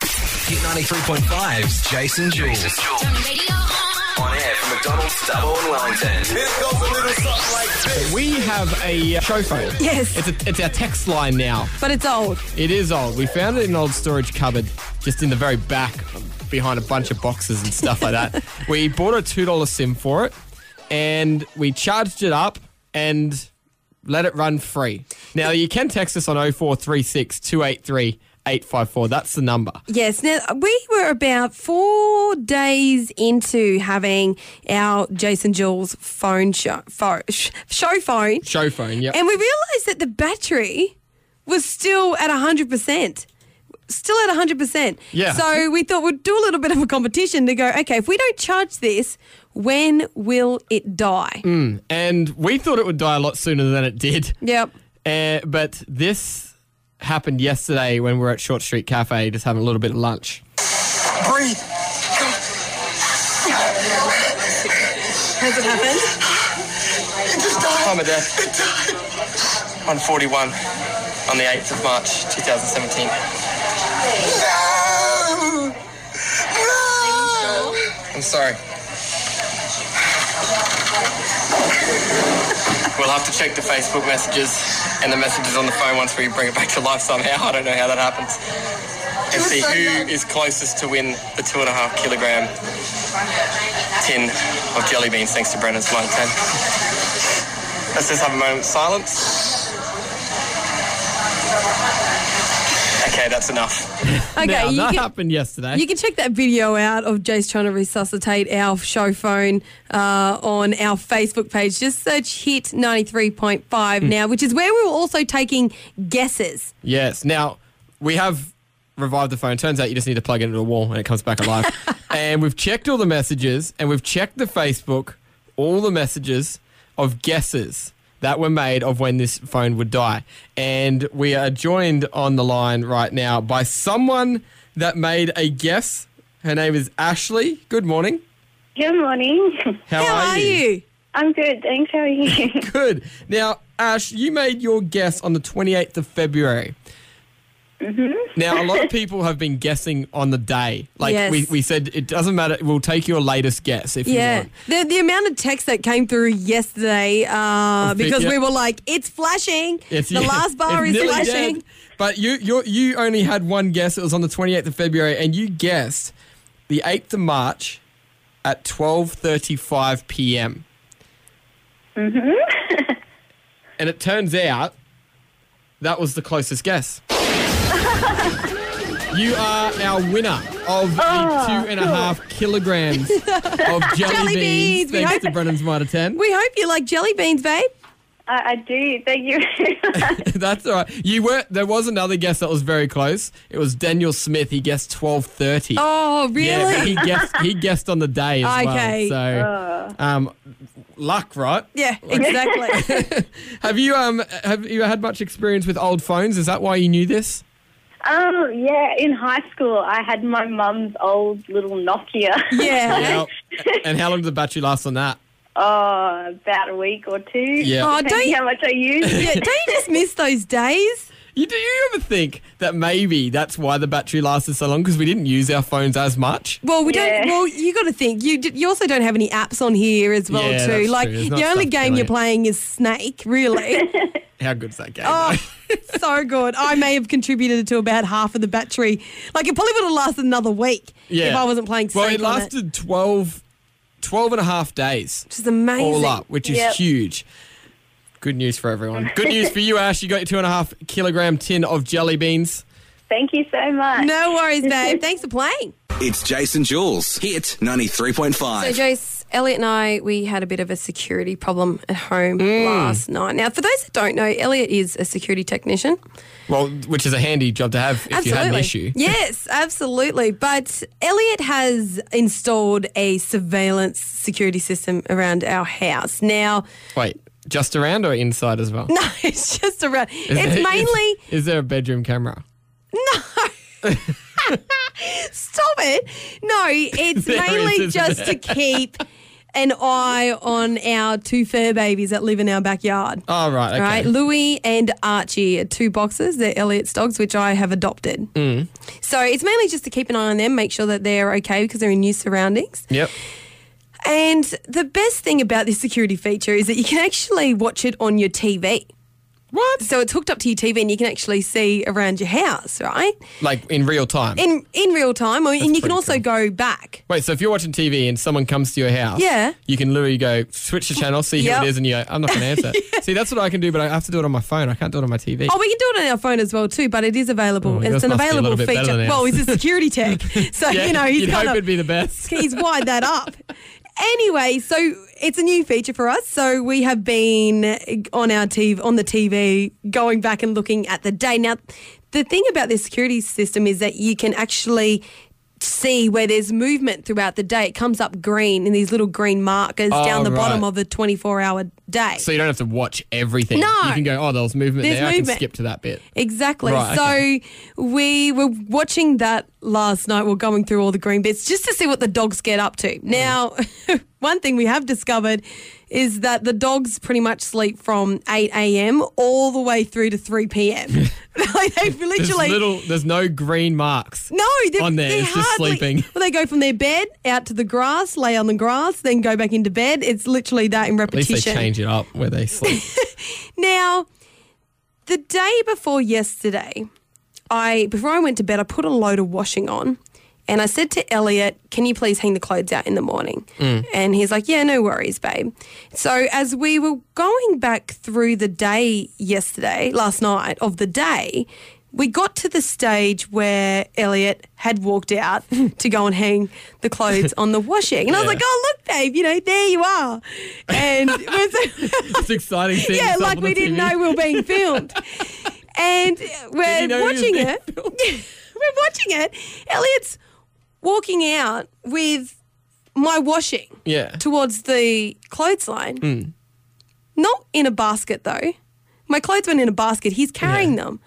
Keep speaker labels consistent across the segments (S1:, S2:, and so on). S1: Hit 93.5's Jason Jules. On air from McDonald's Double in Wellington.
S2: We have a uh, show phone.
S3: Yes.
S2: It's, a, it's our text line now.
S3: But it's old.
S2: It is old. We found it in an old storage cupboard, just in the very back, behind a bunch of boxes and stuff like that. we bought a $2 SIM for it, and we charged it up and let it run free. Now, you can text us on 0436 283 854. That's the number.
S3: Yes. Now, we were about four days into having our Jason Jules phone show, pho- sh- show phone,
S2: Show phone, yep.
S3: and we realised that the battery was still at 100%. Still at 100%.
S2: Yeah.
S3: So we thought we'd do a little bit of a competition to go, okay, if we don't charge this, when will it die?
S2: Mm. And we thought it would die a lot sooner than it did.
S3: Yep.
S2: Uh, but this happened yesterday when we were at Short Street Cafe just having a little bit of lunch.
S4: Breathe.
S3: Has it happened?
S4: It just died.
S5: Time of death. 141 on the 8th of March 2017.
S4: No! No!
S5: I'm sorry. We'll have to check the Facebook messages and the messages on the phone once we bring it back to life somehow. I don't know how that happens. And see who is closest to win the two and a half kilogram tin of jelly beans thanks to Brennan's Mike 10. Let's just have a moment of silence. Okay, that's enough.
S3: Okay,
S2: now,
S3: you
S2: that
S3: can-
S2: happened yesterday.
S3: You can check that video out of Jace trying to resuscitate our show phone uh, on our Facebook page. Just search Hit 93.5
S2: Hmm.
S3: now, which is where we were also taking guesses.
S2: yes. Now, we have revived the phone. Turns out you just need to plug it into a wall and it comes back alive. and we've checked all the messages and we've checked the Facebook, all the messages of guesses that were made of when this phone would die. And we are joined on the line right now by someone that made a guess. Her name is Ashley. Good morning.
S6: Good morning.
S2: How,
S3: How are you?
S6: I'm good, thanks. How are you?
S2: Good. Now, Ash, you made your guess on the 28th of February. Now, a lot of people have been guessing on the day. Like
S3: Yes.
S2: we, we said, it doesn't matter. We'll take your latest guess if you
S3: Yeah,
S2: want.
S3: the, the amount of text that came through yesterday uh,
S2: bit,
S3: because
S2: yeah.
S3: we were like, it's flashing.
S2: It's-
S3: the
S2: yeah,
S3: last bar
S2: it's
S3: is
S2: nearly
S3: flashing.
S2: dead. But you, you, you only had one guess. It was on the 28th of February, and you guessed the 8th of March at 12:35 p.m. Mm-hmm. and it turns out that was the closest guess. you are our winner of the two and a half kilograms of jelly,
S3: Jelly beans.
S2: beans,
S3: We hope-
S2: thanks to Brennan's Mitre 10.
S3: We hope you like jelly beans, babe.
S6: I, I do. Thank you.
S2: That's all right. You were there was another guess that was very close. It was Daniel Smith. He guessed twelve thirty.
S3: Oh,
S2: Yeah, but
S3: really?
S2: he guessed he guessed on the day as
S3: Okay.
S2: well. So um luck, right?
S3: Yeah, exactly.
S2: Have you um have you had much experience with old phones? Is that why you knew this?
S6: um, yeah, in high school, I had my mum's old little Nokia.
S3: yeah.
S2: and how long did the battery last on that?
S6: Oh, about a week or two.
S2: Yeah.
S3: Oh,
S6: Depending
S3: don't you-
S6: how much I used.
S3: yeah. Don't you just miss those days?
S2: You do you ever think that maybe that's why the battery lasted so long because we didn't use our phones as much?
S3: Well, we
S6: Yeah.
S3: don't. Well, you got to think. You d- you also don't have any apps on here as well,
S2: Yeah,
S3: too.
S2: that's
S3: like
S2: true. There's
S3: the
S2: not
S3: only
S2: stuff
S3: game
S2: going
S3: you're
S2: on.
S3: playing is Snake. Really,
S2: How good's that game?
S3: oh,
S2: though?
S3: so good. I may have contributed to about half of the battery. Like it probably would have lasted another week if I wasn't playing Snake.
S2: Well, it
S3: on
S2: lasted 12, 12 and a half days.
S3: which is amazing.
S2: all up, which is
S6: Yep.
S2: huge. Good news for everyone. Good news for you, Ash. You got your two and a half kilogram tin of jelly beans.
S6: Thank you so much.
S3: No worries, babe. Thanks for playing.
S1: It's Jason Jules. Hit 93.5.
S3: So, Jace, Elliot and I, we had a bit of a security problem at home last night. Now, for those that don't know, Elliot is a security technician.
S2: Well, which is a handy job to have if you had an issue.
S3: Yes, absolutely. But Elliot has installed a surveillance security system around our house. Now,
S2: Wait, just around or inside as well?
S3: no, it's just around.
S2: Is there-
S3: it's mainly
S2: Is, is there a bedroom camera?
S3: stop it. No, it's
S2: There is,
S3: mainly
S2: isn't
S3: just to keep an eye on our two fair babies that live in our backyard.
S2: Oh, right. Okay.
S3: All right, Louis and Archie are two boxers. They're Elliot's dogs, which I have adopted.
S2: Mm.
S3: So it's mainly just to keep an eye on them, make sure that they're okay because they're in new surroundings.
S2: Yep.
S3: And the best thing about this security feature is that you can actually watch it on your TV.
S2: What?
S3: So it's hooked up to your TV and you can actually see around your house, right?
S2: Like in real time.
S3: In in real time, or, and you can
S2: pretty
S3: also
S2: cool.
S3: go back.
S2: Wait, so if you're watching TV and someone comes to your house,
S3: Yeah.
S2: you can literally go switch the channel, see
S3: Yep.
S2: who it is, and you go, I'm not going to answer. See, that's what I can do, but I have to do it on my phone. I can't do it on my TV.
S3: Oh, we can do it on our phone as well too, but it is available.
S2: Oh,
S3: it's
S2: yours
S3: an
S2: must be a little
S3: available
S2: bit better
S3: feature.
S2: than
S3: Well,
S2: ours.
S3: he's a security tech, so
S2: Yeah,
S3: you know he's
S2: you'd
S3: kind
S2: hope
S3: of
S2: it'd be the best.
S3: he's wired that up. Anyway, so it's a new feature for us. So we have been on our TV on the TV going back and looking at the day. Now, the thing about this security system is that you can actually see where there's movement throughout the day. It comes up green in these little green markers
S2: Oh,
S3: down the bottom
S2: right.
S3: of the 24-hour day.
S2: So you don't have to watch everything.
S3: No.
S2: You can go, oh, there was movement
S3: There's
S2: there. I can
S3: movement.
S2: skip to that bit.
S3: Exactly.
S2: Right,
S3: so
S2: okay.
S3: we were watching that last night. We're going through all the green bits just to see what the dogs get up
S2: Mm.
S3: to. Now, one thing we have discovered is that the dogs pretty much sleep from 8 a.m. all the way through to 3 p.m. like they've
S2: There's,
S3: literally.
S2: little, there's no green marks.
S3: no, they're,
S2: on there,
S3: they're
S2: it's just
S3: hardly-
S2: sleeping.
S3: Well, they go from their bed out to the grass, lay on the grass, then go back into bed. It's literally that in
S2: At least
S3: repetition.
S2: they change it up where they sleep.
S3: Now, the day before yesterday, I before I went to bed, I put a load of washing on. And I said to Elliot, "Can you please hang the clothes out in the morning?" And he's like, "Yeah, no worries, babe." So as we were going back through the day yesterday, last night of the day, we got to the stage where Elliot had walked out to go and hang the clothes on the washing, and I was
S2: Yeah.
S3: like, "Oh, look, babe, you know, there you are." And we're so-
S2: it's exciting thing.
S3: yeah,
S2: it's up
S3: like
S2: on
S3: we
S2: the
S3: didn't
S2: TV.
S3: know we were being filmed. and we're
S2: you know he was
S3: watching
S2: being
S3: it. we're watching it. Elliot's walking out with my washing
S2: Yeah. Hmm.
S3: towards the clothesline. Not in a basket though. My clothes weren't in a basket. He's carrying them.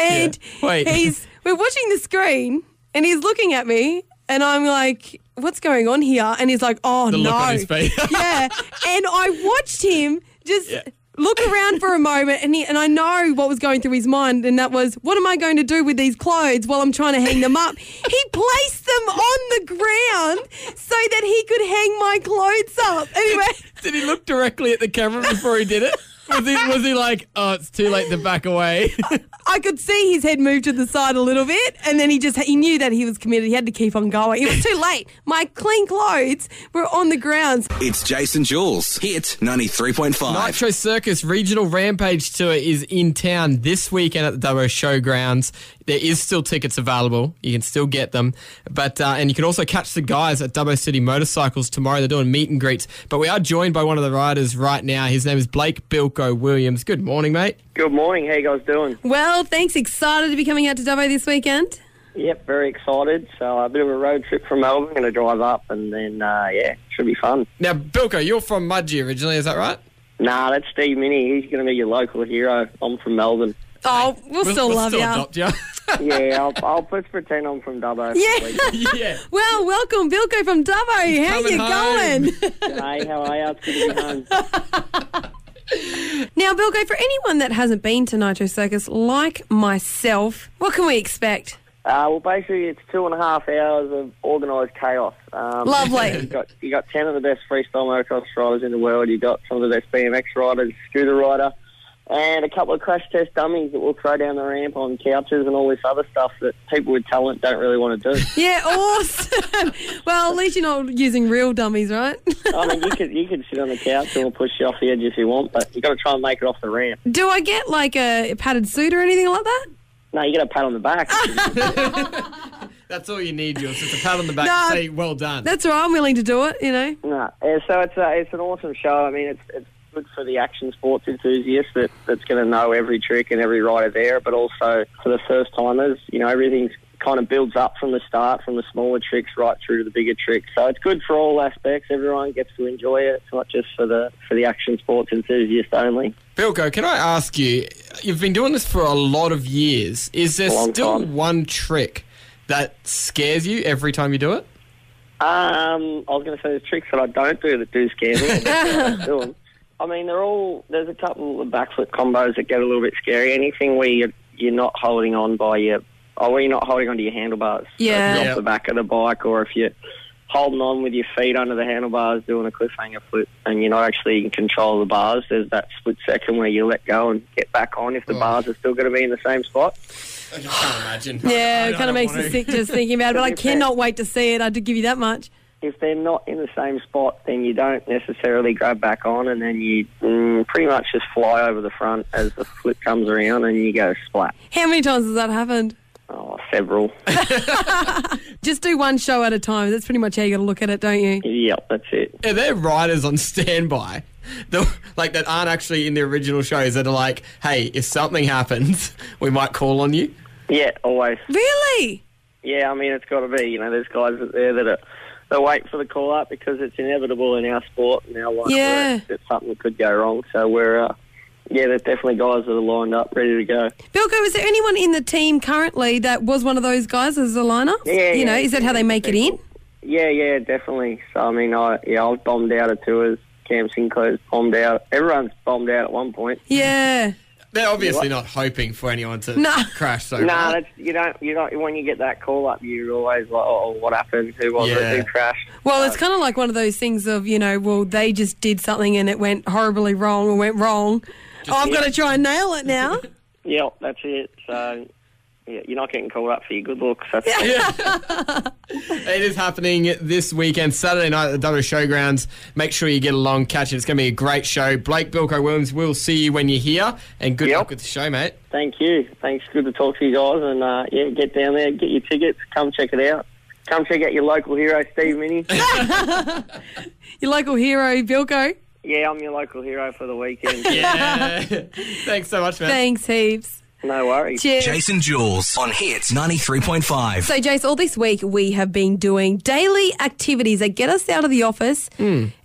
S3: and
S2: Wait.
S3: he's we're watching the screen and he's looking at me and I'm like, what's going on here? And he's like, oh
S2: The
S3: no.
S2: look on his face.
S3: yeah. And I watched him just
S2: Yeah.
S3: look around for a moment and he, and I know what was going through his mind and that was what am I going to do with these clothes while I'm trying to hang them up? he placed them on the ground so that he could hang my clothes up. Anyway,
S2: Did he look directly at the camera before he did it? Was he, was he like, oh, it's too late to back away?
S3: I could see his head move to the side a little bit, and then he just he knew that he was committed. He had to keep on going. It was too late. My clean clothes were on the ground.
S1: It's Jason Jules. Hit 93.5.
S2: Nitro Circus Regional Rampage Tour is in town this weekend at the Dubbo Showgrounds. There is still tickets available. You can still get them. But uh, and you can also catch the guys at Dubbo City Motorcycles tomorrow. They're doing meet and greets. But we are joined by one of the riders right now. His name is Blake Bilko Williams. Good morning, mate.
S7: Good morning. How you guys doing?
S3: Well, thanks. Excited to be coming out to Dubbo this weekend.
S7: Yep, very excited. So a bit of a road trip from Melbourne. Going to drive up and then uh, yeah, should be fun.
S2: Now, Bilko, you're from Mudgee originally, is that right?
S7: Nah, that's Steve Minnie. He's going to be your local hero. I'm from Melbourne.
S3: Oh, we'll, still
S2: we'll
S3: love
S2: still
S3: you.
S2: adopt you.
S7: Yeah, I'll, I'll let's pretend I'm from Dubbo.
S3: Yeah.
S2: yeah.
S3: well, welcome, Bilko from Dubbo. How
S2: coming
S3: you
S2: home.
S3: going?
S7: Hey, how are you? It's good to be home.
S3: Now, Bilko, for anyone that hasn't been to Nitro Circus, like myself, what can we expect?
S7: Uh, well, basically, it's two and a half hours of organised chaos. Um,
S3: Lovely.
S7: You got you got ten of the best freestyle motocross riders in the world. You got some of the best BMX riders, scooter rider, and a couple of crash test dummies that will throw down the ramp on couches and all this other stuff that people with talent don't really want to do.
S3: Yeah, awesome. well, at least you're not using real dummies, right?
S7: I mean, you could you could sit on the couch and we'll push you off the edge if you want, but you got to try and make it off the ramp.
S3: Do I get like a padded suit or anything like that?
S7: No, you get a pat on the back.
S2: That's all you need, Jules. Just a pat on the back
S3: No.
S2: and say, well done.
S3: That's all right. I'm willing to do it, you know.
S7: No, yeah, so it's a, it's an awesome show. I mean, it's it's good for the action sports enthusiast that that's going to know every trick and every rider there, but also for the first timers, you know, everything's kind of builds up from the start, from the smaller tricks right through to the bigger tricks. So it's good for all aspects. Everyone gets to enjoy it. It's not just for the for the action sports enthusiast only.
S2: Bilko, can I ask you? You've been doing this for a lot of years. Is there
S7: Long
S2: still
S7: time.
S2: one trick that scares you every time you do it?
S7: Um, I was going to say there's tricks that I don't do that do scare me. but I do 'em. I mean, they're all. There's a couple of backflip combos that get a little bit scary. Anything where you're you're not holding on by your, or where you're not holding onto your handlebars. So if you're
S3: Yeah.
S2: Yeah.
S7: off the back of the bike, or if you're holding on with your feet under the handlebars doing a cliffhanger flip, and you're not actually in control of the bars. There's that split second where you let go and get back on if the bars are still going to be in the same spot.
S2: I just can't imagine.
S3: Yeah,
S2: I- I
S3: it kind
S2: don't
S3: of makes
S2: want to.
S3: me sick just thinking about it, but I cannot wait to see it. I did give you that much.
S7: if they're not in the same spot, then you don't necessarily grab back on, and then you mm, pretty much just fly over the front as the flip comes around, and you go splat.
S3: How many times has that happened?
S7: Oh, several.
S3: Just do one show at a time. That's pretty much how you got to look at it, don't you?
S7: yep, that's it.
S2: Are there writers on standby? That, like that aren't actually in the original shows that are like, hey, if something happens, we might call on you.
S7: Yeah, always.
S3: Really?
S7: Yeah, I mean it's got to be. You know, there's guys out there that are they wait for the call up because it's inevitable in our sport and our life
S3: Yeah.
S7: that something could go wrong. So we're uh, yeah, there's definitely guys that are lined up, ready to go.
S3: Bilko, is there anyone in the team currently that was one of those guys as a lineup?
S7: Yeah,
S3: You know,
S7: yeah,
S3: is that how they make it in?
S7: Yeah, yeah, definitely. So I mean, I yeah, I was bombed out of tours. Cam Sinclair's bombed out. Everyone's bombed out at one point.
S3: Yeah.
S2: They're obviously not hoping for anyone to
S3: No.
S2: crash so
S7: No,
S2: hard.
S7: that's you don't. You don't. When you get that call up, you're always like, "Oh, what happened? Who was
S2: Yeah.
S7: it? Who crashed?"
S3: Well, it's kind of like one of those things of, you know, well, they just did something and it went horribly wrong or went wrong. oh, I've got to try and nail it now.
S7: Yeah, that's it. So yeah, you're not getting called up for your good looks. That's
S2: It is happening this weekend, Saturday night at the Dublin Showgrounds. Make sure you get along, catch it. It's going to be a great show. Blake Bilko Williams, we'll see you when you're here, and good
S7: Yep.
S2: luck with the show, mate.
S7: Thank you. Thanks. Good to talk to you guys. And uh, yeah, get down there, get your tickets, come check it out. Come check out your local hero, Steve Minnie.
S3: Your local hero, Bilko.
S7: yeah, I'm your local hero for the weekend.
S2: Yeah. Thanks so much, man.
S3: Thanks heaps.
S7: No worries.
S3: Cheers.
S1: Jason Jules on Hits 93.5.
S3: So, Jace, all this week we have been doing daily activities that get us out of the office,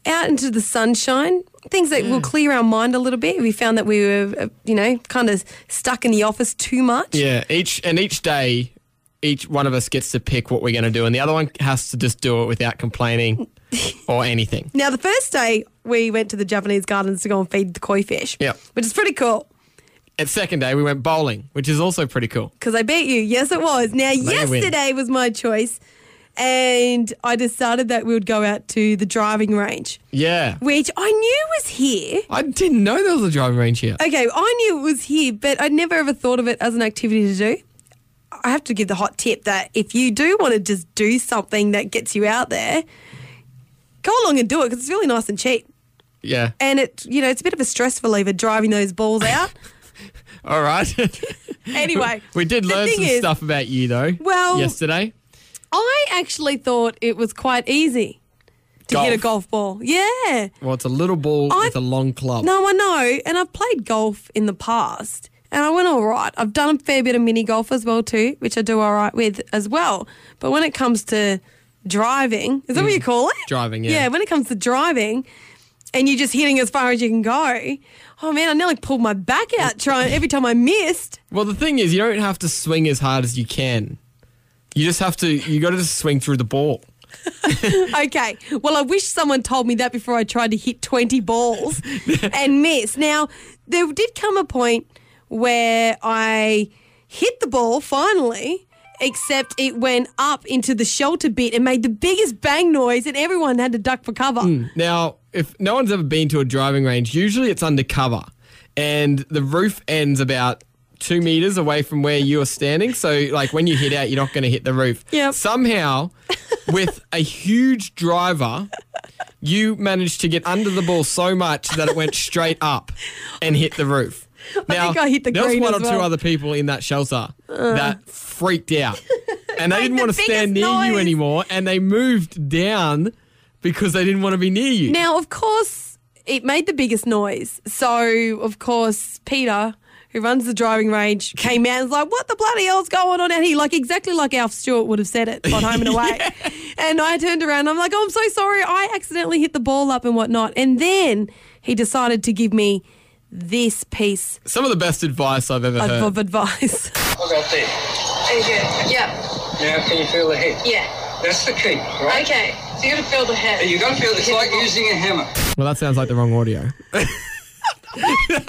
S3: out into the sunshine, things that will clear our mind a little bit. We found that we were, uh, you know, kind of stuck in the office too much.
S2: Yeah, each and each day, each one of us gets to pick what we're going to do, and the other one has to just do it without complaining or anything.
S3: Now, the first day we went to the Japanese gardens to go and feed the koi fish,
S2: Yep.
S3: which is pretty cool
S2: And second day, we went bowling, which is also pretty cool.
S3: because I beat you. Yes, it was. Now,
S2: a win.
S3: yesterday was my choice, and I decided that we would go out to the driving range,
S2: Yeah,
S3: which I knew was here.
S2: I didn't know there was a driving range here.
S3: Okay, I knew it was here, but I never ever thought of it as an activity to do. I have to give the hot tip that if you do want to just do something that gets you out there, go along and do it because it's really nice and cheap.
S2: Yeah,
S3: And it, you know, it's a bit of a stress reliever driving those balls out.
S2: all right.
S3: anyway,
S2: we did
S3: the
S2: learn
S3: thing
S2: some
S3: is,
S2: stuff about you though.
S3: Well-
S2: yesterday.
S3: I actually thought it was quite easy to get a
S2: Golf.
S3: golf ball. Yeah.
S2: Well, it's a little ball
S3: I-
S2: with a long club.
S3: No, I know. And I've played golf in the past and I went all right. I've done a fair bit of mini golf as well, too, which I do all right with as well. But when it comes to driving, is that what you call it?
S2: Mm. Driving, yeah.
S3: Yeah, when it comes to driving and you're just hitting as far as you can go, oh man, I nearly pulled my back out trying every time I missed.
S2: Well, the thing is, you don't have to swing as hard as you can. You just have to. You got to just swing through the ball.
S3: Okay. Well, I wish someone told me that before I tried to hit 20 balls and miss. Now, there did come a point where I hit the ball finally, except it went up into the shelter bit and made the biggest bang noise, and everyone had to duck for cover.
S2: Mm. Now, if no one's ever been to a driving range, usually it's undercover, and the roof ends about two meters away from where you are standing. So, like when you hit out, you're not going to hit the roof.
S3: Yep.
S2: Somehow, with a huge driver, you managed to get under the ball so much that it went straight up and hit the roof. Now,
S3: think I hit the
S2: there
S3: green
S2: was one
S3: as
S2: or two
S3: well. Uh.
S2: other people in that shelter that freaked out, and they didn't
S3: the
S2: want to stand near
S3: biggest
S2: you
S3: noise.
S2: anymore, and they moved down because they didn't want to be near you.
S3: Now, of course, it made the biggest noise. So, of course, Peter, who runs the driving range, came out and was like, What the bloody hell's going on out here? Like, exactly like Alf Stewart would have said it on Home and Away. And I turned around, I'm like, Oh, I'm so sorry. I accidentally hit the ball up and whatnot. And then he decided to give me this piece
S2: Some of the best advice I've ever
S3: of,
S2: heard.
S3: of advice.
S5: How's that there?
S8: Are you good? Yeah.
S5: Now can you feel the hit?
S8: Yeah.
S5: That's the key, right?
S8: Okay. So you gotta feel the head.
S9: You gotta feel it's like using a hammer.
S2: Well, that sounds like the wrong audio.
S3: He said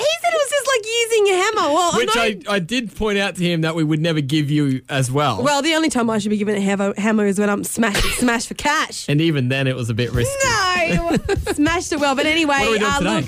S3: it was just like using a hammer. Well,
S2: Which
S3: I'm
S2: I,
S3: not,
S2: I did point out to him that we would never give you as well.
S3: well, the only time I should be given a hammer, hammer is when I'm smash smash for cash.
S2: and even then, it was a bit risky.
S3: No, smashed it well. But anyway,
S2: What are we doing
S3: uh,
S2: today?
S3: look,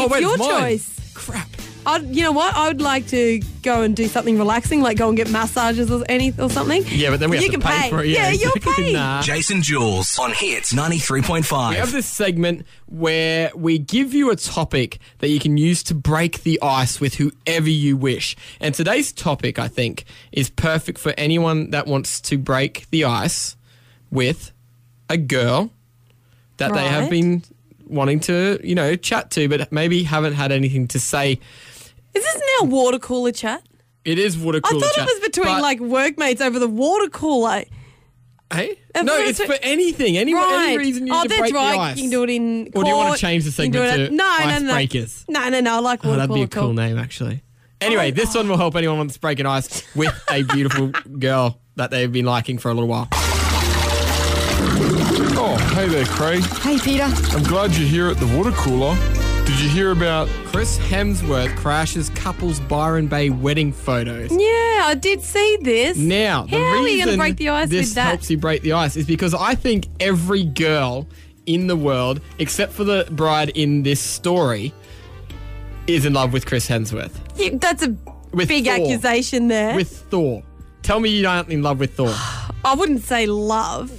S2: Oh,
S3: it's
S2: wait,
S3: your
S2: it's mine.
S3: choice. Crap. I'd, you know what? I would like to go and do something relaxing, like go and get massages or anything or something.
S2: Yeah, but then we
S3: you
S2: have
S3: can
S2: to pay, for it.
S3: Yeah,
S2: exactly.
S3: you'll pay.
S2: Nah.
S1: Jason Jules on Hits
S2: We have
S1: 93.5.
S2: this segment where we give you a topic that you can use to break the ice with whoever you wish. And today's topic, I think, is perfect for anyone that wants to break the ice with a girl that they have
S3: Right.
S2: been wanting to, you know, chat to, but maybe haven't had anything to say.
S3: Is this now water cooler chat?
S2: It is water
S3: I
S2: cooler.
S3: thought
S2: chat,
S3: it was between
S2: but-
S3: like workmates over the water cooler.
S2: Hey?
S3: I
S2: No,
S3: thought it
S2: it's
S3: was
S2: for
S3: bet-
S2: anything. Any,
S3: Right.
S2: any reason you need
S3: oh,
S2: to
S3: that's
S2: break
S3: right.
S2: the ice.
S3: You can do it in. Court.
S2: Or do you wanna change the
S3: You can do
S2: segment
S3: it at-
S2: to
S3: no,
S2: ice
S3: no, no,
S2: breakers?
S3: No, no, no. I like water
S2: Oh, that'd
S3: cooler.
S2: be a cool name, actually. Anyway, this one will help anyone wants to break an ice with a beautiful girl that they've been liking for a little while.
S10: Oh, hey there, Craig.
S11: Hey, Peter.
S10: I'm glad you're here at the water cooler. Did you hear about
S2: Chris Hemsworth crashes couple's Byron Bay wedding photos.
S3: Yeah, I did see this.
S2: Now, the
S3: how are we
S2: reason
S3: gonna break the ice
S2: this
S3: with that?
S2: helps you break the ice is because I think every girl in the world, except for the bride in this story, is in love with Chris Hemsworth.
S3: Yeah, that's a
S2: With
S3: big
S2: Thor.
S3: accusation there.
S2: With Thor. Tell me you aren't in love with Thor.
S3: I wouldn't say love,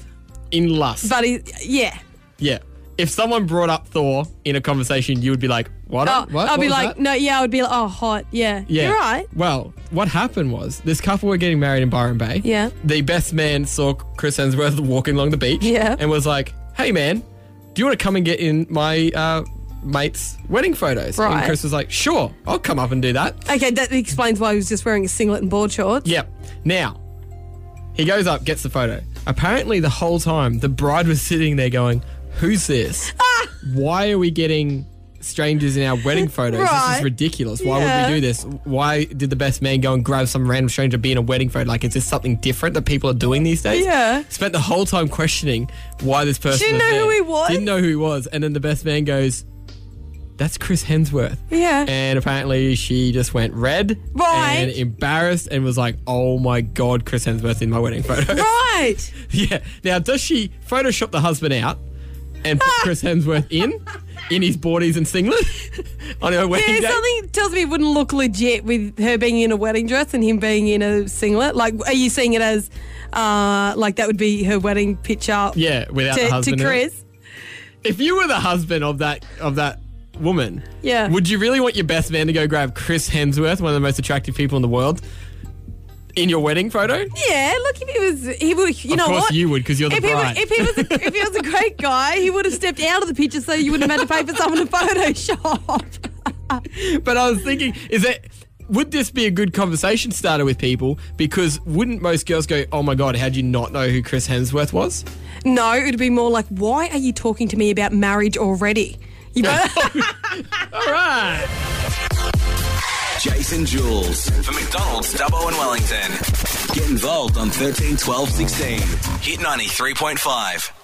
S2: In lust.
S3: but he, yeah.
S2: Yeah. If someone brought up Thor in a conversation, you would be like, "What?
S3: Oh,
S2: what?
S3: I'd
S2: What
S3: be
S2: was
S3: like,
S2: that?"
S3: no, yeah, I would be like, oh, hot, yeah.
S2: Yeah.
S3: You're right.
S2: Well, what happened was this couple were getting married in Byron Bay.
S3: Yeah.
S2: The best man saw Chris Hemsworth walking along the beach.
S3: Yeah.
S2: And was like, "Hey, man, do you want to come and get in my uh, mate's wedding photos?" And
S3: Right.
S2: Chris was like, "Sure, I'll come up and do that."
S3: Okay, that explains why he was just wearing a singlet and board shorts.
S2: Yep. Now, he goes up, gets the photo. Apparently, the whole time, the bride was sitting there going, Who's this?
S3: Ah.
S2: Why are we getting strangers in our wedding photos? This
S3: Right.
S2: is ridiculous. Why
S3: Yeah.
S2: would we do this? Why did the best man go and grab some random stranger to be in a wedding photo? Like, is this something different that people are doing these days?
S3: Yeah.
S2: Spent the whole time questioning why this person
S3: Didn't
S2: was
S3: know who
S2: there.
S3: he was?
S2: Didn't know who he was. And then the best man goes, That's Chris Hemsworth.
S3: Yeah.
S2: And apparently she just went red
S3: Right.
S2: and embarrassed and was like, oh my God, Chris Hemsworth in my wedding photo.
S3: Right.
S2: yeah. Now, does she Photoshop the husband out and put Chris Hemsworth in, in his boardies and singlet on her wedding
S3: Yeah,
S2: day?
S3: something tells me it wouldn't look legit with her being in a wedding dress and him being in a singlet. Like, are you seeing it as, uh, like that would be her wedding picture?
S2: Yeah, without the
S3: To, to
S2: husband in it.
S3: Chris.
S2: If you were the husband of that of that woman,
S3: Yeah.
S2: would you really want your best man to go grab Chris Hemsworth, one of the most attractive people in the world, in your wedding photo?
S3: Yeah, look, if he was, he would. You
S2: of
S3: know
S2: course
S3: what?
S2: you would, because you're the
S3: If he, was,
S2: bride.
S3: if, he was a, if he was a great guy, he would have stepped out of the picture so you wouldn't have had to pay for someone to Photoshop.
S2: But I was thinking, is that would this be a good conversation starter with people? Because wouldn't most girls go, "Oh my god, how would you not know who Chris Hemsworth was?"
S3: No, it'd be more like, why are you talking to me about marriage already? You know?
S2: All right.
S1: Jason Jules for McDonald's Dubbo and Wellington. Get involved on 13 12 16. Hit 93.5.